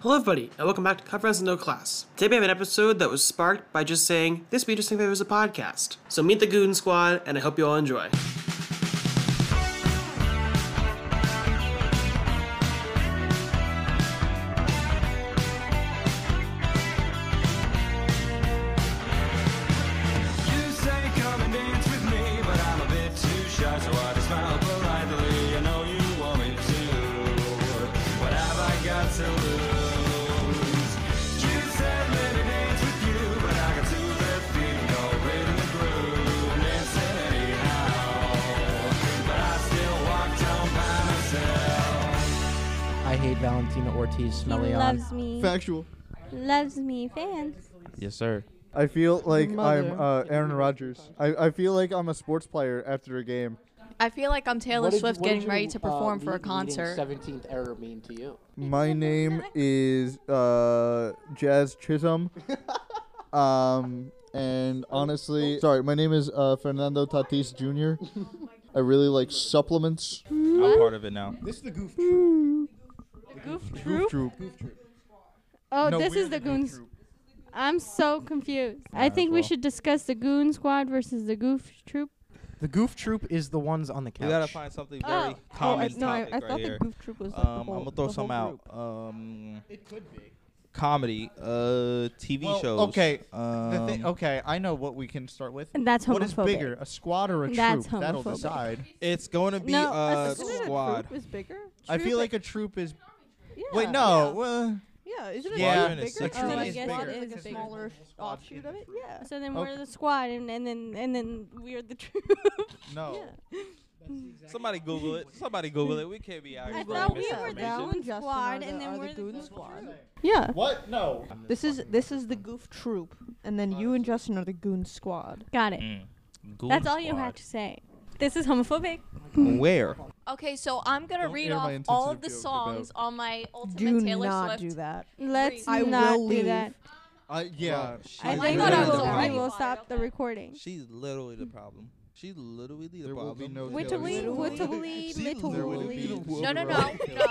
Hello, everybody, and welcome back to Conference No Class. Today we have an episode that was sparked by just saying, this would be interesting if there was a podcast. So meet the Goon Squad, and I hope you all enjoy. You say come and dance with me, but I'm a bit too shy, so I just smile politely. I know you want me to. What have I got to lose? You said let me dance with you, but I can see that feeling already in the groove. Dancing anyhow, but I still walked home by myself. I hate Valentina Ortiz Smelly on. loves me. Factual. Loves me fans. Yes, sir. I feel like I'm Mother. uh, Aaron Rodgers. I, I feel like I'm a sports player after a game. I feel like I'm Taylor Swift getting ready to perform for a concert. uh, Seventeenth error mean to you? My name is uh, Jazz Chisholm. Um, and honestly, sorry, my name is uh, Fernando Tatis Jr. I really like supplements. I'm part of it now. This is the goof troop. Goof Goof troop. Goof troop. Oh, No, this we're is the goof goons. troop. I'm so confused. I think we well. should discuss the goon squad versus the goof troop. The goof troop is the ones on the We gotta couch. find something very Oh, common topic right here. goof troop was Um, I'm gonna throw some out. Um, It could be. comedy, uh, TV Well, shows. okay, Um, The oh, thi- okay, I know what we can start with. And that's homophobic. What is bigger, a squad or a troop? That's That'll homophobic. decide. It's going to be No, uh, isn't it squad. was bigger. I Troop feel like a troop is. Wait, no. well, Yeah, isn't it it? Yeah. Squad Yeah. unit bigger? section Oh, troop I is guess bigger. it is It's a bigger. smaller Squad offshoot of it. troop. Yeah. So then Okay. we're the squad, and, and then and then we're the troop. No. Somebody Google it. Somebody Google it. We can't be out here. I spreading thought we were the misinformation. Val goon and Justin squad, are the- and then are the we're the goon goon squad. squad. Yeah. What? No. This is this is the goof troop, and then you and Justin are the goon squad. Got it. Mm. Goon That's all you have to say. This is homophobic. Where? Okay, so I'm gonna Don't read air my off all insensitive of the joke songs on my ultimate Do Taylor not Swift. do that. Let's I not will do leave. that. Uh, yeah. Well, I she's think we thought literally I was the will, already we problem. will on stop it. the recording. She's literally the problem. She's literally the There will problem. be no Which Taylor lead, Swift. which Literally. lead, She little There will literally be lead. No, no, Wilbur no,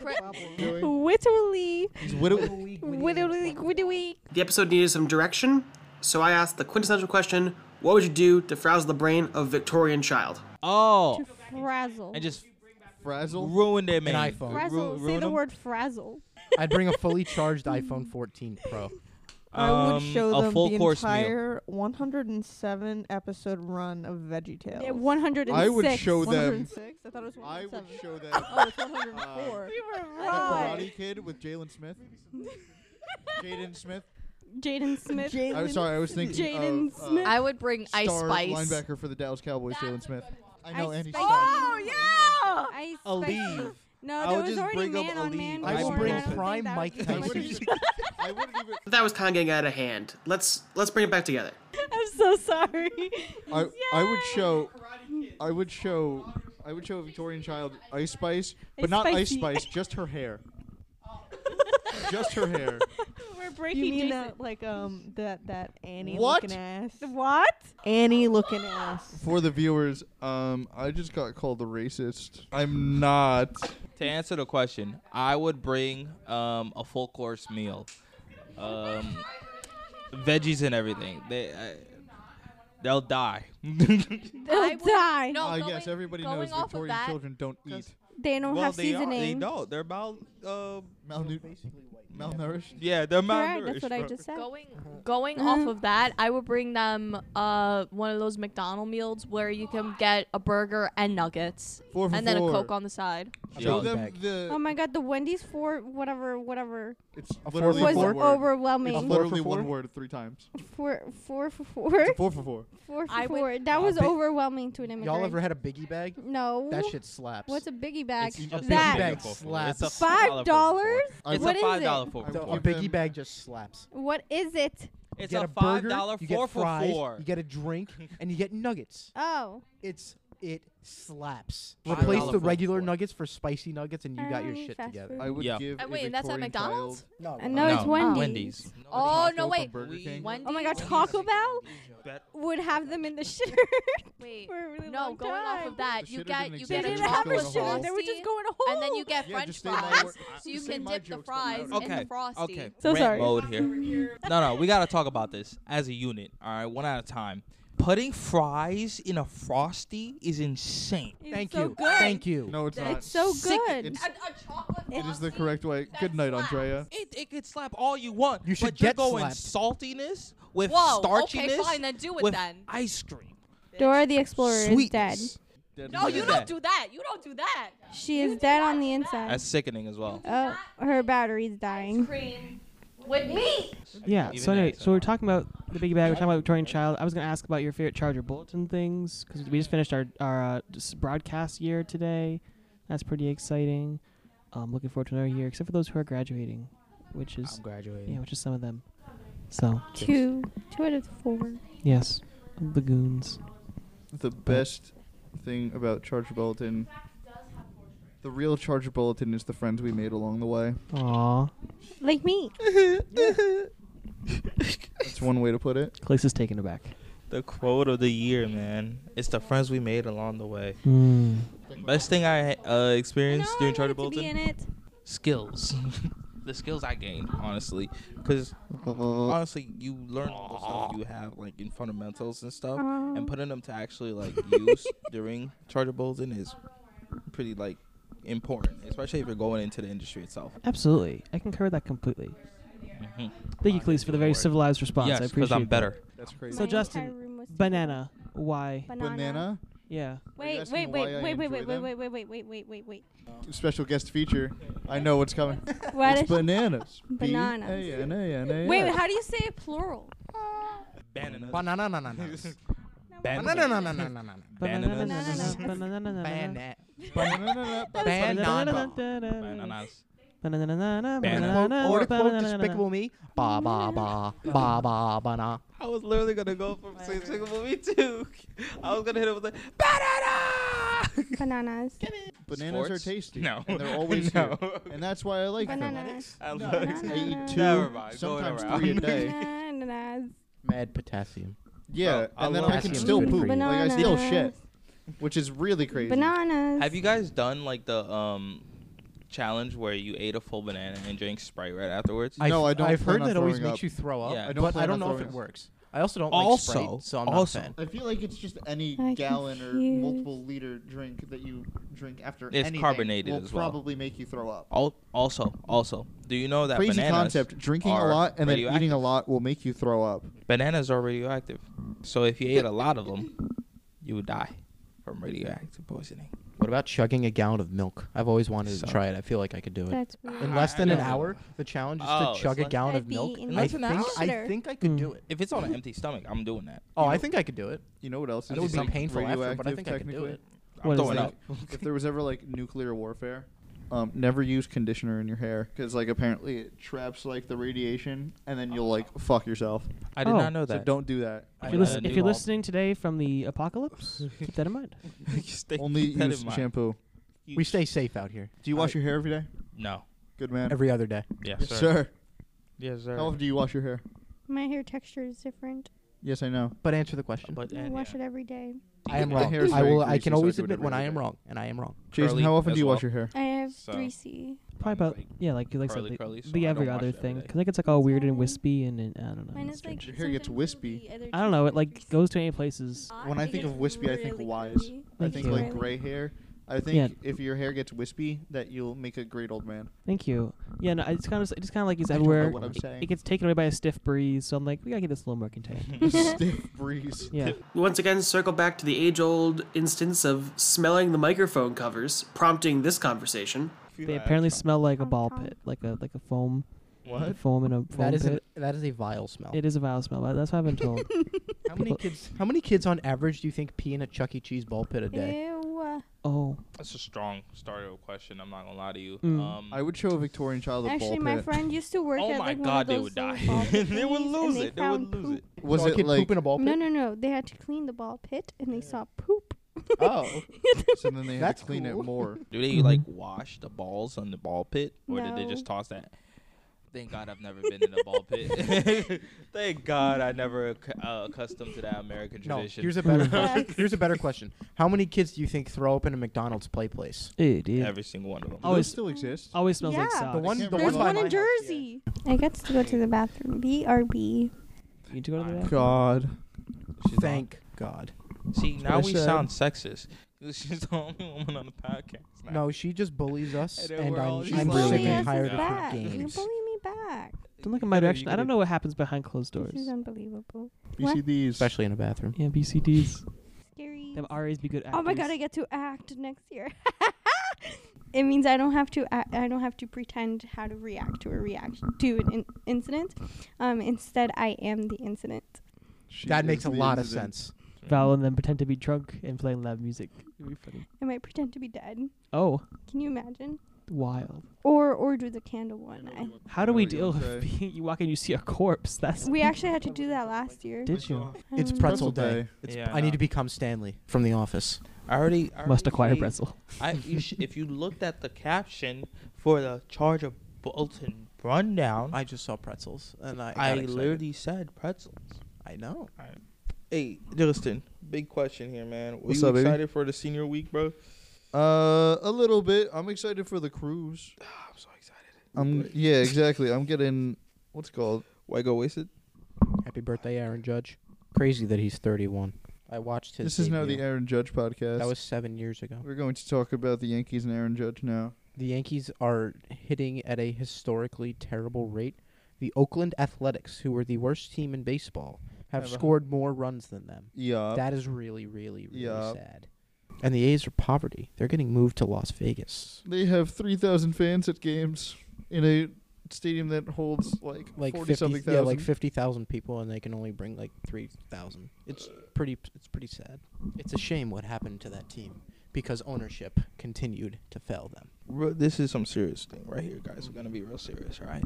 Wright. no. Doing- Wittily. He's widow- Wittily. Wittily. The episode needed some direction, so I asked the quintessential question what would you do to frazzle the brain of Victorian child? Oh, Frazzle. and just frazzle. ruined it, man. iPhone. Frazzle. Ru- Say ruin the 'em. word frazzle. I'd bring a fully charged iPhone 14 Pro. I would Um, show a them full the course meal. entire 107 episode run of VeggieTales. Yeah, 106. I would show them. 106. I thought it was I would 107. show them. Oh, it's 104. We were The wrong. Karate Kid with Jalen Smith. Jaden Smith. Jaden Smith. I was sorry, I was thinking. Jaden of, uh, Smith. I would bring Ice star Spice. linebacker for the Dallas Cowboys, Jalen Smith. I know, Ice and he's Spice. oh! yeah! I A expect- leave. No, I there would was just already bring up man a on leave. man. I I would porn. would bring don't think prime that Mike was I too much wouldn't Tyson. of- even. I wouldn't even. That was kind of getting out of hand. Let's let's bring it back together. I'm so sorry. I, I would show. I would show. I would show a Victorian child Ice Spice, but It's not Ice spicy. Spice, just her hair. just her hair. We're You breaking mean Jason. that like um that that Annie What? looking ass? What? Annie looking ass. For the viewers, um, I just got called a racist. I'm not. To answer the question, I would bring um, a full course meal, um, veggies and everything. They I, they'll die. They'll I would- die. No, I going, guess everybody going knows off of Victorian that, children don't eat. They don't well, have they are, they seasoning. don't. They're about uh, Malnu- malnourished. yeah, they're Correct, malnourished. That's what I bro. just said. Going, going off of that, I would bring them uh one of those McDonald meals where you can get a burger and nuggets, Four for and then a four. coke on the side. Yo, Show Yeah. them the. Oh my god, the Wendy's for whatever, whatever it's four literally for was one four. word. It's overwhelming. four literally for one four? word three times. Four, four for four, Four for four. four for I would- four. That Nah, was bi- overwhelming to an immigrant. Y'all ever had a biggie bag? No. That shit slaps. What's a biggie bag? It's just a That bag biggie bag. slaps. It's a five dollars? I It's What a is five it? dollar four. for So four. a Give biggie them- bag just slaps. What is it? It's you a, get five burger, dollar you get four for fries, four. You get a drink, and you get nuggets. Oh, It's it slaps. Five Replace dollar the foot regular food. nuggets for spicy nuggets, and you got your I shit fast together. food. I would Yeah. give. Uh, a wait, and that's at Victorian McDonald's? child- No, I know it's No. Wendy's. Wendy's. No, Oh it's no! from Wait. Burger King. Wendy's. Oh my god, Taco Bell Bet- would have them in the shirt Wait. for a really No, long going time. off of that, The you shitter get didn't you exist. get They a didn't have a chocolate Frosty. shirt. frosty, They were just going whole. and then you get Yeah, French just say my fries, word- I- so you just say can my dip the jokes, don't matter. fries in Okay. the frosty. Okay. So Rant sorry. mode here. No, no, we gotta talk about this as a unit. All right, one at a time. Putting fries in a frosty is insane. It's Thank so you. Good. Thank you. No, it's not. It's so Sick. good. It's- A, a chocolate it is the frosty. correct way. That Good night, slaps. Andrea. It, it could slap all you want. You should but you're get going slapped. saltiness with Whoa, starchiness okay, fine, then do it with then. ice cream. Dora the Explorer is dead. Sweetness. Dead No, meat. you do don't that. do that. You don't do that. She is dead on the inside. That's sickening as well. Oh, her battery's dying. Cream with me. Yeah. Even So anyway, that's so we're not- talking about the biggie bag. We're talking about Victorian Child. I was gonna ask about your favorite Charger bulletin things because we just finished our our uh, just broadcast year today. That's pretty exciting. Um, looking forward to another year, except for those who are graduating, which is I'm graduating. yeah, which is some of them. So Two, two out of four. yes, the goons. The best thing about Charger Bulletin. The real Charger Bulletin is the friends we made along the way. Aw, Like me. That's one way to put it. Clace is taken aback. The quote of the year, man. It's the friends we made along the way. Best thing I uh, experienced No, I during Charter wanted to be Bolton? in it. Skills. the skills I gained, honestly. Because Uh, honestly, you learn all the stuff you have, like in fundamentals and stuff, and putting them to actually like use during Charter Bolton is pretty like important, especially if you're going into the industry itself. Absolutely, I concur with that completely. Mhm. Thank you, Clace, for the very civilized response. Yes, I because appreciate. I'm that. better. That's crazy. So My Justin, entire room was Banana. Why? Banana. Banana. Yeah. you Wait, asking wait, wait, why I wait, wait, wait, enjoy wait, them? wait, wait, wait, wait, wait, wait, wait. Special guest feature. I know what's coming. What it's is- bananas. Bananas. B-A-N-A-N-A-S. Wait, how do you say it plural? Bananas. Banana, na na na. Bananas. Banana, na na na na na. Bananas. Bananas. Bananas. Banana. Banana. Banana. Bananas. Banana. Or the quote Despicable Me. Ba ba ba ba ba banana. I was literally gonna go for Despicable Me too. I was gonna hit it with a banana. Bananas. Bananas Sports? are tasty. No. And they're always No. here. And that's why I like them. Bananas. I No, like- I eat Banana. two, Never mind, going sometimes around. three a day. Bananas. Mad potassium. Yeah, Oh, I and then love I can potassium's still good for poop. you. Like I still shit, Bananas. which is really crazy. Bananas. Have you guys done like the um challenge where you ate a full banana and drank Sprite right afterwards? No, I I've- don't I've plan heard on that always throwing makes up. you throw up. Yeah. I I don't don't. But plan I on don't know if throwing it up. works. I also don't Also- like Sprite, so I'm also- not a fan. I feel like it's just any I gallon or confused. multiple liter drink that you drink after It's anything carbonated will as well. probably make you throw up. Al- also, also, do you know that Crazy bananas concept. Drinking a are lot and then eating radioactive? a lot will make you throw up. Bananas are radioactive, so if you ate a lot of them, you would die from radioactive poisoning. What about chugging a gallon of milk? I've always wanted So- to try it. I feel like I could do it. That's weird. In less than an I know. hour, the challenge is Oh, to it's chug a less- gallon I'd of be milk. eating I less than think an hour. I think I could do it. If it's on an empty stomach, I'm doing that. Oh, I think I could do it. You know what else? It is would be like painful after, but I radioactive think I could do technically? it. I'm What is throwing that? up. if there was ever like nuclear warfare, um, never use conditioner in your hair because like apparently it traps like the radiation and then you'll like fuck yourself. I did Oh. not know So that. don't do that. If I you're, listen, do if you're all- listening today from the apocalypse, keep that in mind. Stay- Only keep that in use mind. shampoo. We stay safe out here. Do you wash your hair every day? No. Good man. Every other day. Yes, yes, sir. sir. Yes, sir. How often do you wash your hair? My hair texture is different. Yes, I know. But answer the question. But I and, wash yeah. it every day. I am My wrong. hair is I very will. I greasy, can so I always do it admit every when other I am day. wrong, and I am wrong. Jason, Curly how often as do you well. wash your hair? I have So- 3C. Probably about Like yeah, like you like curly, said, the- curly, so the I every don't wash other it every thing day. because it gets like all weird and Mine- wispy and, and I don't know. Mine it's is like strange. Your hair gets sometimes wispy. the other I don't know. It two like is goes to any places. When I It think gets of wispy, I think really wise. curly. I Thank think you. like Really- gray hair. I think if your hair gets wispy, that you'll make a great old man. Thank you. Yeah, no, it's kind of it's kind of like it's I don't know everywhere. what I'm It- saying. It gets taken away by a stiff breeze, so I'm like, we gotta get this a little more contained. Stiff breeze. yeah. We once again circle back to the age old instance of smelling the microphone covers, prompting this conversation. They apparently smell like a ball Tom. pit, like a like a foam, a What? foam in a foam That is pit. a that is a vile smell. It is a vile smell. but That's what I've been told. how many kids? How many kids on average do you think pee in a Chuck E. Cheese ball pit a Eh. day? Ew. oh, That's a strong starter question. I'm not gonna lie to you. Mm. Um, I would show a Victorian child a Actually, ball my pit. friend used to work oh at my like god, they one of would die. those little ball pit they would things, and lose they it. They would found lose it. poop. Was Saw a it kid like poop in a ball pit? No, no, no. They had to clean the ball pit, and they saw poop. Oh. so then they had That's to clean cool. it more. Do they like Mm-hmm. wash the balls on the ball pit, or did they No. just toss that? Thank God I've never been in a ball pit. Thank God I never acc- uh, accustomed to that American No, tradition. here's a better question. Facts. Here's a better question. How many kids do you think throw up in a McDonald's play place? Hey, dude. Every single one of them. Oh, Those it's- still exist. Always smells like Yeah. socks. The one, can't the one believe There's by one my in house, yeah. Jersey. I got to go to the bathroom. BRB. You need to go to the bathroom? God. She's the- Thank God. See, now what I we said. sound sexist. She's the only woman on the podcast. now. No, she just bullies us, I know and we're all I'm, just I'm bullying sick and us tired is of her back. You games. bully me back. Don't look in my No, you direction. I gotta- don't know what happens behind closed This is doors. unbelievable. What? BCDs. Especially in a bathroom. Yeah, BCDs. Scary. Them RAs be good actors. Oh my god, I get to act next year. it means I don't have to act, I don't have to pretend how to react to a reaction to an in- incident. Um, instead, I am the incident. She that is makes a the lot of incident. sense. Val and then pretend to be drunk and playing loud music. It'd be funny. I might pretend to be dead. Oh, Can you imagine? wild. Or or do the candle one. I, How do know we what you're deal gonna with being, you walk in, you see a corpse? That's. we actually had to do that last year. Um, Did you? I It's don't know. pretzel day. It's- I, Yeah, need no. to become Stanley from The Office. I already I Must already acquire gave- pretzel. I, you sh- if you looked at the caption for the charge of Bolton rundown, I, I just saw pretzels, and I got excited. literally said pretzels. I know. Hey, Justin, big question here, man. Were What's you up, baby? excited for the senior week, bro? Uh, a little bit. I'm excited for the cruise. I'm so excited. I'm Um, yeah, exactly. I'm getting what's it called. Why go wasted? Happy birthday, Aaron Judge. Crazy that he's 31. I watched his. This is now the debut. Aaron Judge podcast. That was seven years ago. We're going to talk about the Yankees and Aaron Judge now. The Yankees are hitting at a historically terrible rate. The Oakland Athletics, who were the worst team in baseball, have Have a- scored more runs than them. Yeah. that is really, really, really Yup. sad. And the A's are poverty. They're getting moved to Las Vegas. They have 3,000 fans at games in a stadium that holds like, Like 40 fifty, something thousand. yeah, like fifty thousand people, and they can only bring like three thousand. It's pretty. It's pretty sad. It's a shame what happened to that team because ownership continued to fail them. Re- this is some serious thing right here, guys. We're gonna be real serious, all right?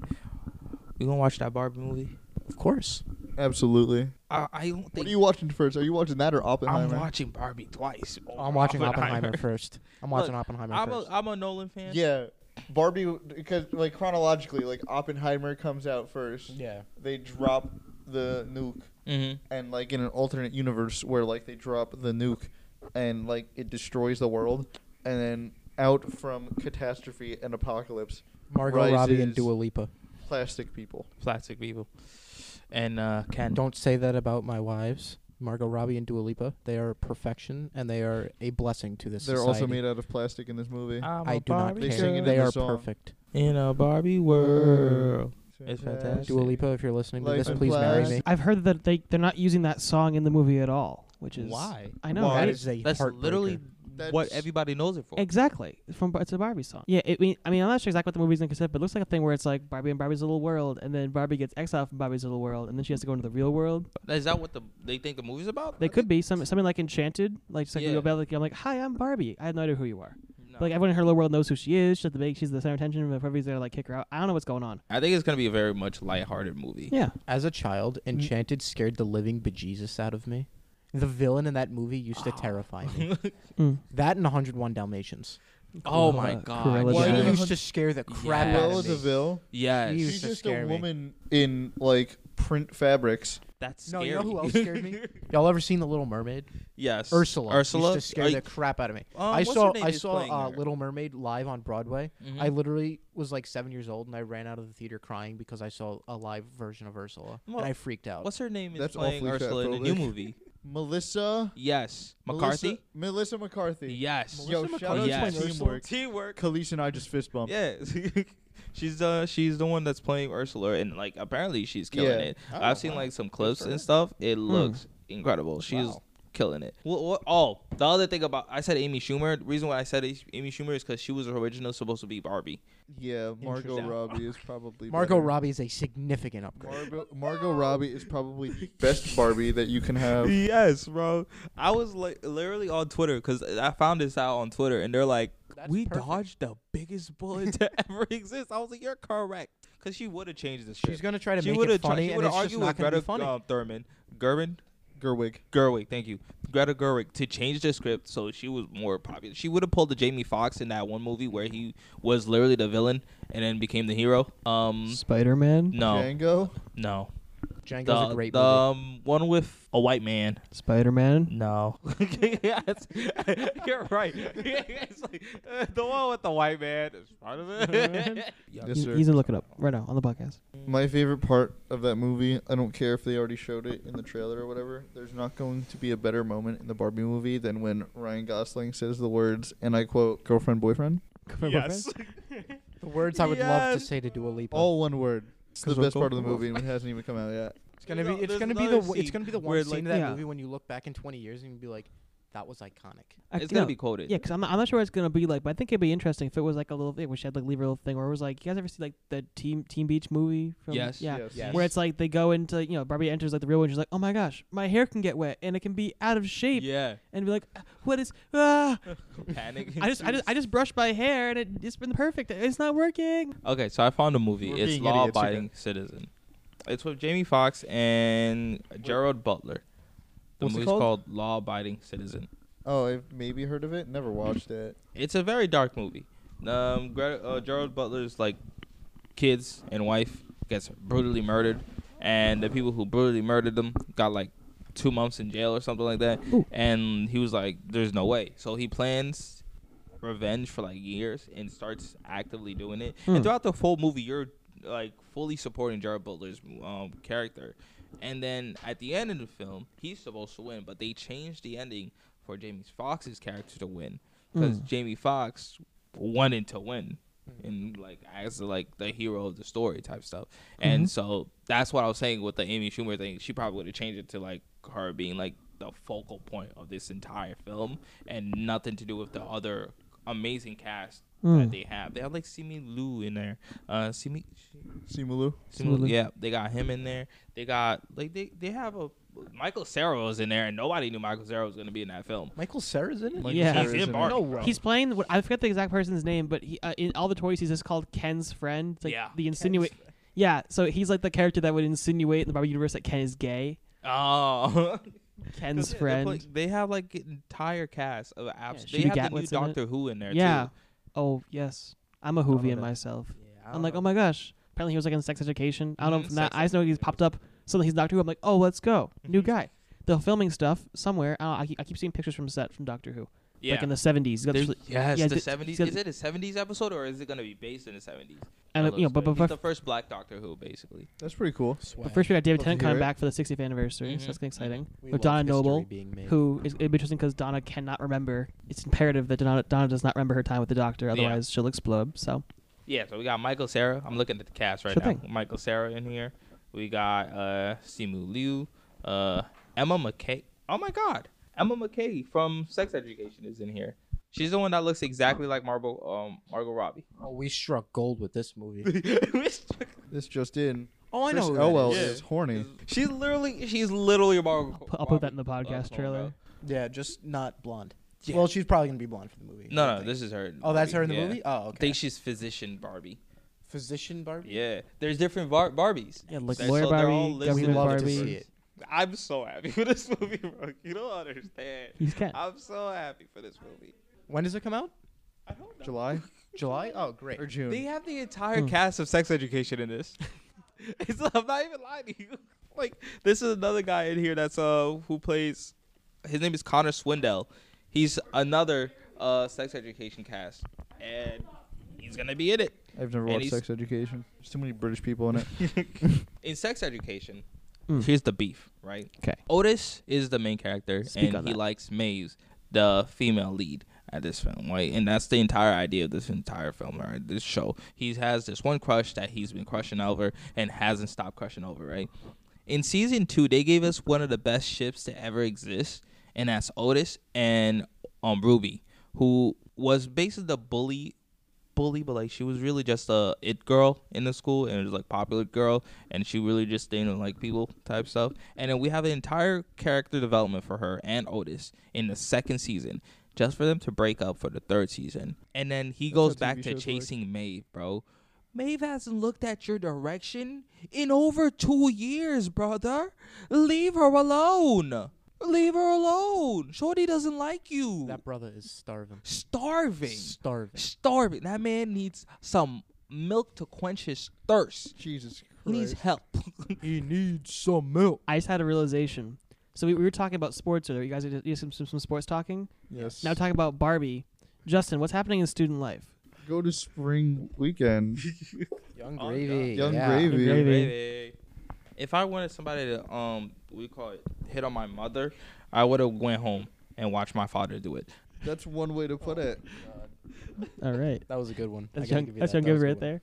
You gonna watch that Barbie movie? Of course, Absolutely. I, I don't think What are you watching first? Are you watching that or I'm Oppenheimer? watching Barbie twice. I'm watching Oppenheimer, first. I'm Look, watching Oppenheimer I'm a first. I'm a Nolan fan. yeah. Barbie, because like chronologically, like Oppenheimer comes out first. yeah. They drop the nuke, Mm-hmm. and like in an alternate universe where like they drop the nuke, and like it destroys the world, and then out from catastrophe and apocalypse, Margot Robbie and Rises. Dua Lipa. plastic people. Plastic people. And uh Ken. Don't say that about my wives. Margot Robbie and Dua Lipa. They are perfection and they are a blessing to this They're society. also made out of plastic in this movie. I'm I a do not Barbie They care. sing it in they the are song. perfect. In a Barbie world. It's fantastic. Dua Lipa, if you're listening to Life this, in please marry Plastic. me. I've heard that they they're not using that song in the movie at all, which is I know, Why? That right? is a That's literally heartbreaker. what That's- everybody knows it for. Exactly. From Bar- it's a Barbie song. Yeah, it, I mean, I mean, I'm not sure exactly what the movie's going to say, but it looks like a thing where it's like Barbie and Barbie's little world, and then Barbie gets exiled from Barbie's little world, and then she has to go into the real world. Is that what the they think the movie's about? They could be some something like Enchanted, like just like Yeah. yeah. like I'm like, hi, I'm Barbie. I have no idea who you are. No. But, like everyone in her little world knows who she is. She's the big. She's the center of attention. But everybody's going to like kick her out. I don't know what's going on. I think it's gonna be a very much lighthearted movie. Yeah. As a child, Enchanted scared the living bejesus out of me. The villain in that movie used to terrify me. Mm. that and 101 Dalmatians. Oh Cruella- my god. Cruella Why He Well, Deville. you- used to scare the crap Yes. out Cruella of me. Deville. Yes. You- She's used to just scare a me. woman in like print fabrics. That's No, scary. you know who else scared me? Y'all ever seen The Little Mermaid? yes. Ursula. oh, Ursula. used to scare Are the you- crap out of me. Um, I what's her saw name I is saw playing uh, her? Little Mermaid live on Broadway. I Mhm. literally was like seven years old and I ran out of the theater crying because I saw a live version of Ursula Well, and I freaked out. What's her name is That's playing awfully Ursula in the new fatphobic. movie? Melissa Yes. Melissa- McCarthy? Melissa McCarthy. Yes. Yo, Melissa shout out McCarthy. to Yes. teamwork. Teamwork. Khalees and I just fist Um, bumped. Yes. she's uh she's the one that's playing Ursula and like apparently she's killing Yeah. it. I've seen like some clips and stuff. It looks incredible. She's killing it. Well, Hmm. what, oh, the other thing about I said Amy Schumer. The reason why I said Amy Schumer is because she was originally supposed to be Barbie. Yeah, Margot Interesting. Robbie is probably Margot better. Robbie is a significant upgrade. Margot, Margot Robbie is probably the best Barbie that you can have. Yes, bro. I was like literally on Twitter because I found this out on Twitter, and they're like, "We dodged the biggest bullet to ever exist." I was like, "You're correct," because she would have changed the shit. She's gonna try to she make would've it tried- funny, she and would've it's just argued not with gonna Greta be funny. um, Thurman, Gerben, Gerwig. Gerwig, thank you. Greta Gerwig to change the script so she was more popular. She would have pulled the Jamie Foxx in that one movie where he was literally the villain and then became the hero. Um, Spider Man. no, Django. no. Django's a great the um, one with a white man. Spider Man. No. yes. You're right. It's like, uh, the one with the white man is part of it. Yes, He's, sir. he's gonna look it up right now on the podcast. My favorite part of that movie, I don't care if they already showed it in the trailer or whatever, there's not going to be a better moment in the Barbie movie than when Ryan Gosling says the words, and I quote, girlfriend, boyfriend. yes. The words I would love to say to Dua Lipa. Oh, All one word. It's the 'Cause we're best part of the girlfriend movie, and it hasn't even come out yet. it's gonna No, be it's there's gonna be the another w- it's scene gonna be the one where, scene like- of that Yeah. movie when you look back in 20 years and you be like, that was iconic. I- It's no, gonna be quoted. Yeah, because I'm, I'm not sure what it's gonna be like, but I think it'd be interesting if it was like a little thing where she had like leave her little thing, or it was like you guys ever see like the Team Team Beach movie? From, Yes. Yeah. Yes. Yes. Where it's like they go into you know Barbie enters like the real world, and she's like, oh my gosh, my hair can get wet and it can be out of shape, Yeah. and be like, what is ah? Panic. I just I just I just brushed my hair and it, it's been perfect. It's not working. Okay, so I found a movie. We're it's being Law idiots Abiding Citizen. It's with Jamie Foxx and Gerald Butler. The What's it movie's called? called Law Abiding Citizen. Oh, I've maybe heard of it. Never watched it. It's a very dark movie. Um, Gre- uh, Gerald Butler's like kids and wife gets brutally murdered, and the people who brutally murdered them got like two months in jail or something like that. Ooh. And he was like, "There's no way." So he plans revenge for like years and starts actively doing it. Hmm. And throughout the full movie, you're like fully supporting Gerald Butler's um, character. And then at the end of the film, he's supposed to win, but they changed the ending for Jamie Foxx's character to win because Mm. Jamie Foxx wanted to win and like as like the hero of the story type stuff. And so that's what I was saying with the Amy Schumer thing. She probably would have changed it to like her being like the focal point of this entire film and nothing to do with the other amazing cast Mm. that they have. They have like Simi Lou in there. Uh Simi Simulu. Simi Lou, Simi Lou. yeah, they got him in there. They got like they they have a Michael Cera was in there and nobody knew Michael Cera was going to be in that film. Michael Cera's in it. Michael Yeah. Cera He's is in in it. Barbie. No way. He's playing. What, I forget the exact person's name, but he uh, in all the toys he's just called Ken's friend. It's like Yeah. The insinuate. Yeah. So he's like the character that would insinuate in the Barbie universe that Ken is gay. Oh. Ken's They- they friend. play- They, have like entire cast of apps. Judy they have the new Gatwit's in it. Doctor Who in there yeah. too. Oh yes, I'm a don't Hoovian know. myself. Yeah, I'm like, oh my gosh. Apparently he was like in Sex Education. I don't know Mhm, from that. Sex Mm-hmm. I just know he's popped up. So he's Doctor Who. I'm like, oh, let's go, new guy. The filming stuff somewhere. I, don't, I, keep, I keep seeing pictures from set from Doctor Who, yeah. like in the 70s. He's got this There's- really- yes, yeah, the th- seventies. he's got- Is it a seventies episode or is it gonna be based in the seventies? and, you know, but, but, he's but the first black Doctor Who, basically. That's pretty cool. But first, we got David Love to Tennant hear coming it. back for the 60th anniversary, Mhm. so that's gonna be exciting. We With love Donna history Noble, being made. who is it'd be interesting because Donna cannot remember. It's imperative that Donna, Donna does not remember her time with the Doctor, Yeah. otherwise she'll explode. So Yeah, so we got Michael Sarah. I'm looking at the cast right Sure now. thing. Michael Sarah in here. We got uh Simu Liu, uh Emma McKay. Oh my god. Emma McKay from Sex Education is in here. She's the one that looks exactly like Margot um Margot Robbie. Oh, we struck gold with this movie. This just in. oh, I Chris know. who that Elwell is. is horny. She's literally, she's literally Margot. Uh, put- I'll put that in the podcast come on, trailer. bro. Yeah, just not blonde. Yeah. Well, she's probably gonna be blonde for the movie. I No, no, think. this is her. in Oh, that's her in the Barbie, yeah. movie. Oh, I okay. think she's physician Barbie. Physician Barbie. Yeah, there's different bar- Barbies. yeah, like So lawyer they're all Barbie, listed government Love to Barbie. see it. I'm so happy for this movie, bro. You don't understand. He's cat. I'm so happy for this movie. When does it come out? I don't know. July July. Oh, great. or June? They have the entire Hmm. cast of Sex Education in this. it's, I'm not even lying to you. Like this is another guy in here that's uh who plays. His name is Connor Swindell. He's another uh Sex Education cast, and he's gonna be in it. I've never And watched he's- Sex Education. There's too many British people in it. in sex education, Mm. here's the beef, right? 'Kay. Otis is the main character, Speak on and he that. likes Maze, the female lead at this film, right? And that's the entire idea of this entire film, right? This show. He has this one crush that he's been crushing over and hasn't stopped crushing over, right? In season two, they gave us one of the best ships to ever exist, and that's Otis and um Ruby, who was basically the bully bully, but like she was really just a it girl in the school and it was like popular girl, and she really just stayed on like people type stuff. And then we have an entire character development for her and Otis in the second season, just for them to break up for the third season, and then he That's how goes TV back to shows work. chasing Maeve, bro. Maeve hasn't looked at your direction in over two years, brother. Leave her alone. Leave her alone. Shorty doesn't like you. That brother is starving. starving. Starving. Starving. That man needs some milk to quench his thirst. Jesus He needs Christ. help. He needs some milk. I just had a realization. So we, we were talking about sports earlier. You guys did did some, some, some sports talking. Yes. Now talking about Barbie. Justin, what's happening in student life? Go to spring weekend. Young Oh, gravy. Young yeah. gravy. Gravy. Baby. If I wanted somebody to um, we call it hit on my mother, I would have went home and watched my father do it. That's one way to put it. All right. That was a good one. I That's gotta young, give you that's that. young That was Gilbert a right good one.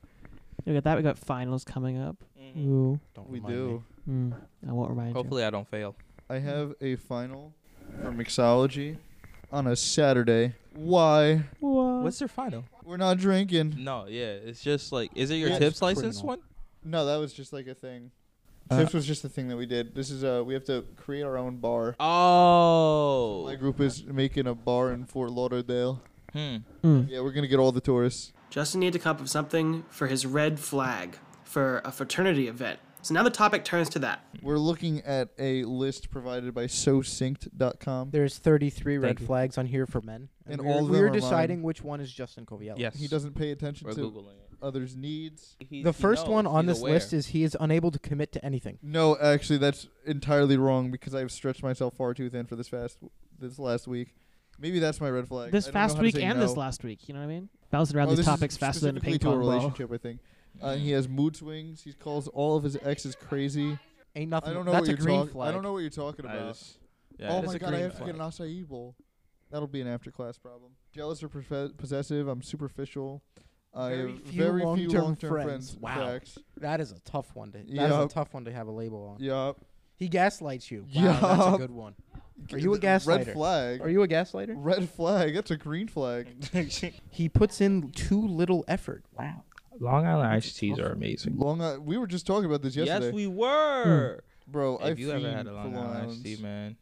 there. We got that. We got finals coming up. Mhm. Ooh. Don't We remind me. do. Mm, I won't remind Hopefully, I don't fail. I have a final for mixology on a Saturday. Why? you. What? What's their final? We're not drinking. No, yeah, it's just like, is it your That's tips license criminal. one? No, that was just like a thing. Uh, this was just a thing that we did. This is uh, we have to create our own bar. Oh. My group is making a bar in Fort Lauderdale. hmm. Mm. Yeah, we're gonna get all the tourists. Justin needed a cup of something for his red flag for a fraternity event. So now the topic turns to that. We're looking at a list provided by SoSynced.com. There's 33 red Thank you. flags on here for men, And we're, all of we're them are mine. deciding which one is Justin Coviello. Yes. He doesn't pay attention We're to googling it. others' needs. He- The he first one knows. on He's this aware. list is he is unable to commit to anything. No, actually, that's entirely wrong because I've stretched myself far too thin for this fast this last week. Maybe that's my red flag. This I don't know past how to week say and no. this last week. You know what I mean? Bouncing around Oh, these this is topics faster than a specifically ping to a pong ball. relationship, I think. Uh, he has mood swings. He calls all of his exes crazy. Ain't nothing. I don't know That's what a you're green talking. flag. I don't know what you're talking I about. just- yeah, oh it's my a god, I green have to flag. get an acai bowl. That'll be an after class problem. Jealous or profe- possessive. I'm superficial. I Very have few very few long-term long-term friends. friends. Wow. Facts. That is a tough one. To, that is a Yup. tough one to have a label on. Yup. He gaslights you. Wow, that's a Yup. good one. Are you a gaslighter? Red flag. Are you a gaslighter? Red flag. That's a green flag. He puts in too little effort. Wow. Long Island iced teas are amazing. Long. I- we were just talking about this yesterday, Yes, we were. bro. I Have you ever had fiend a for Long Long Island iced tea, Islands. man?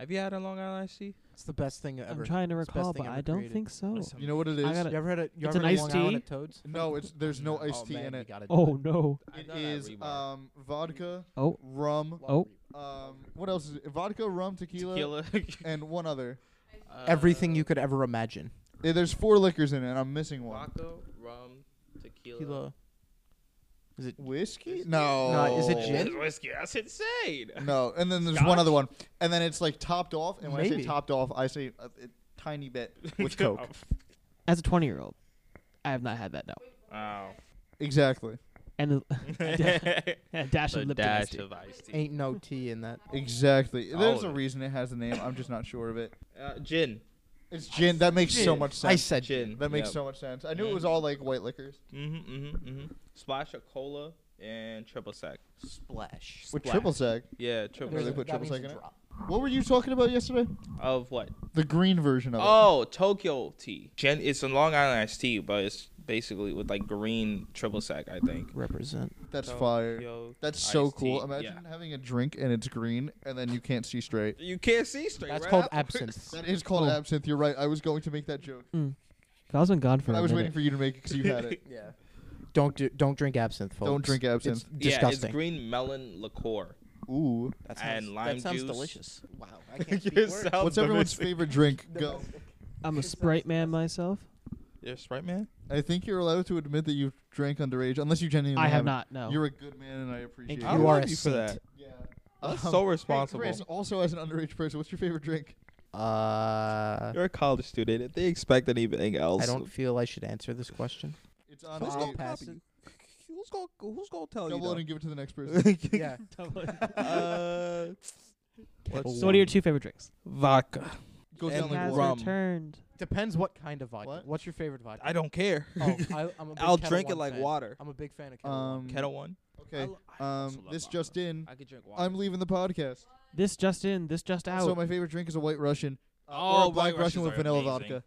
Have you had a Long Island iced tea? It's the best thing ever. I'm trying to It's the best recall, thing but ever I don't created. think so. What is You know what it is? I gotta- You ever had a you It's ever an had a Long iced Island tea? at Toads? no, it's there's no iced tea in it. Oh no. It is uh, um vodka, Oh. rum, Oh. um what else is it? Vodka, rum, tequila, and one other. everything Uh, you could ever imagine. Eh, There's four liquors in it. and I'm missing one. Vodka, rum, tequila. Whiskey? Whiskey? No. No, is it gin? Whiskey. That's insane. No, and then there's Scotch? one other one, and then it's like topped off. And when I Maybe. say topped off, I say a, a tiny bit. With Coke. As a 20 year old, I have not had that no. Wow. Exactly. And a, a dash of the lip dash tea. of iced tea. Ain't no tea in that. Exactly. There's Oh. a reason it has the name. I'm just not sure of it. Uh, gin. It's gin. That makes so Gin. much I sense. said Gin. That makes Yep. so much sense. I knew it was all like white liquors. Mm-hmm, mm-hmm, mm-hmm. Splash of cola and triple sec. splash. With triple sec. Yeah, triple Really sec. put triple sec in it. What were you talking about yesterday? Of what? The green version of it. Oh, Tokyo tea. Gen. It's a Long Island iced tea, but it's basically with like green triple sec. I think. Represent. That's fire. Tokyo That's so Oh, iced cool. tea, Imagine yeah. having a drink and it's green and then you can't see straight. You can't see straight. That's right called afterwards. absinthe. That is called absinthe. You're right. I was going to make that joke. I was been gone for But a I was waiting minute. for you to make it because you had it. Yeah. Don't do, don't drink absinthe, folks. Don't drink absinthe. It's Yeah, it's disgusting. green melon liqueur. Ooh. That sounds- and lime that sounds juice. delicious. Wow. I You can't speak words. sound What's everyone's domestic. favorite drink? Go. I'm a Sprite man myself. You're Sprite man. I think you're allowed to admit that you've drank underage, unless you genuinely I haven't. have not. No. You're a good man, and I Thank appreciate it. You I are love a you for saint. that. Yeah. That's Um, so hey, responsible. Chris, also as an underage person, what's your favorite drink? Uh, You're a college student. If they expect anything else, I don't feel I should answer this question. It's on Who's a- gonna pass it? Who's gonna Who's gonna tell Double it and you? give it to the next person. though? Yeah. uh, Kettle so what are your one. two favorite drinks? vodka. Goes And down like has water. rum. returned. Depends what kind of vodka. What? What's your favorite vodka? I don't care. Oh, I, I'm a big I'll Kettle drink it One like fan. water. I'm a big fan of Kettle One. Um, Kettle one. okay. Um, this just in. I could drink water. I'm leaving the podcast. This just in. This just out. So my favorite drink is a White Russian. uh, or Oh, a black White Russian Russians with are vanilla amazing. vodka.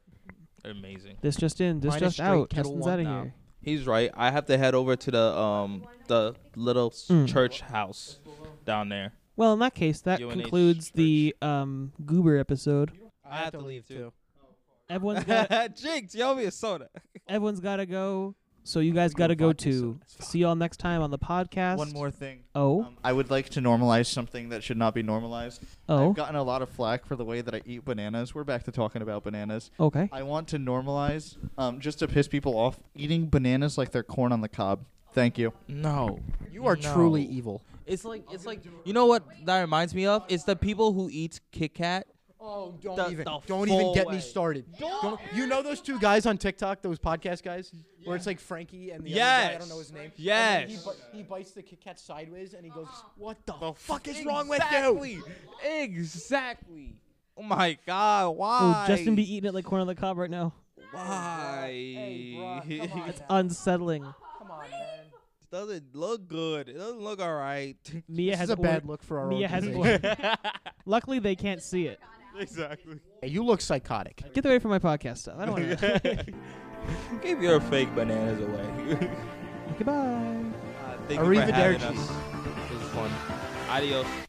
Amazing. this just in. This Mine is just straight out. Kettle Justin's One out of now. here. He's right. I have to head over to the um the little s Mm. church house down there. Well, in that case, that UNH concludes the um, Goober episode. I have to leave too. Everyone's got Jinx, you owe me a soda. everyone's got to go. So you guys got to go to. See y'all next time on the podcast. One more thing. Um, Oh, I would like to normalize something that should not be normalized. Oh. I've gotten a lot of flack for the way that I eat bananas. We're back to talking about bananas. Okay. I want to normalize, um, just to piss people off, eating bananas like they're corn on the cob. Thank you. No. You are No. truly evil. It's like it's like you know what that reminds me of? It's the people who eat Kit Kat. Oh, don't The- even the don't even full get way. me started. Don't- you know those two guys on TikTok, those podcast guys, where it's like Frankie and the other guy, I don't know his name. and then Yes. he, bi- he bites the Kit Kat sideways and he goes, "What the, The fuck is Exactly. wrong with you?" Exactly. Oh my God! oh, Why? Justin be eating it like corn on the cob right now. Why? bruh, come on it now. Unsettling. Come on, man. doesn't look good. It doesn't look all right. Mia This has is a bad or- look for our Mia has. organization. Luckily, they can't see it. Exactly. Hey, you look psychotic. Get away from my podcast stuff. I don't want to. Give your fake bananas away. Goodbye. uh, thank you for having Arrivederci. us. This is fun. Adios.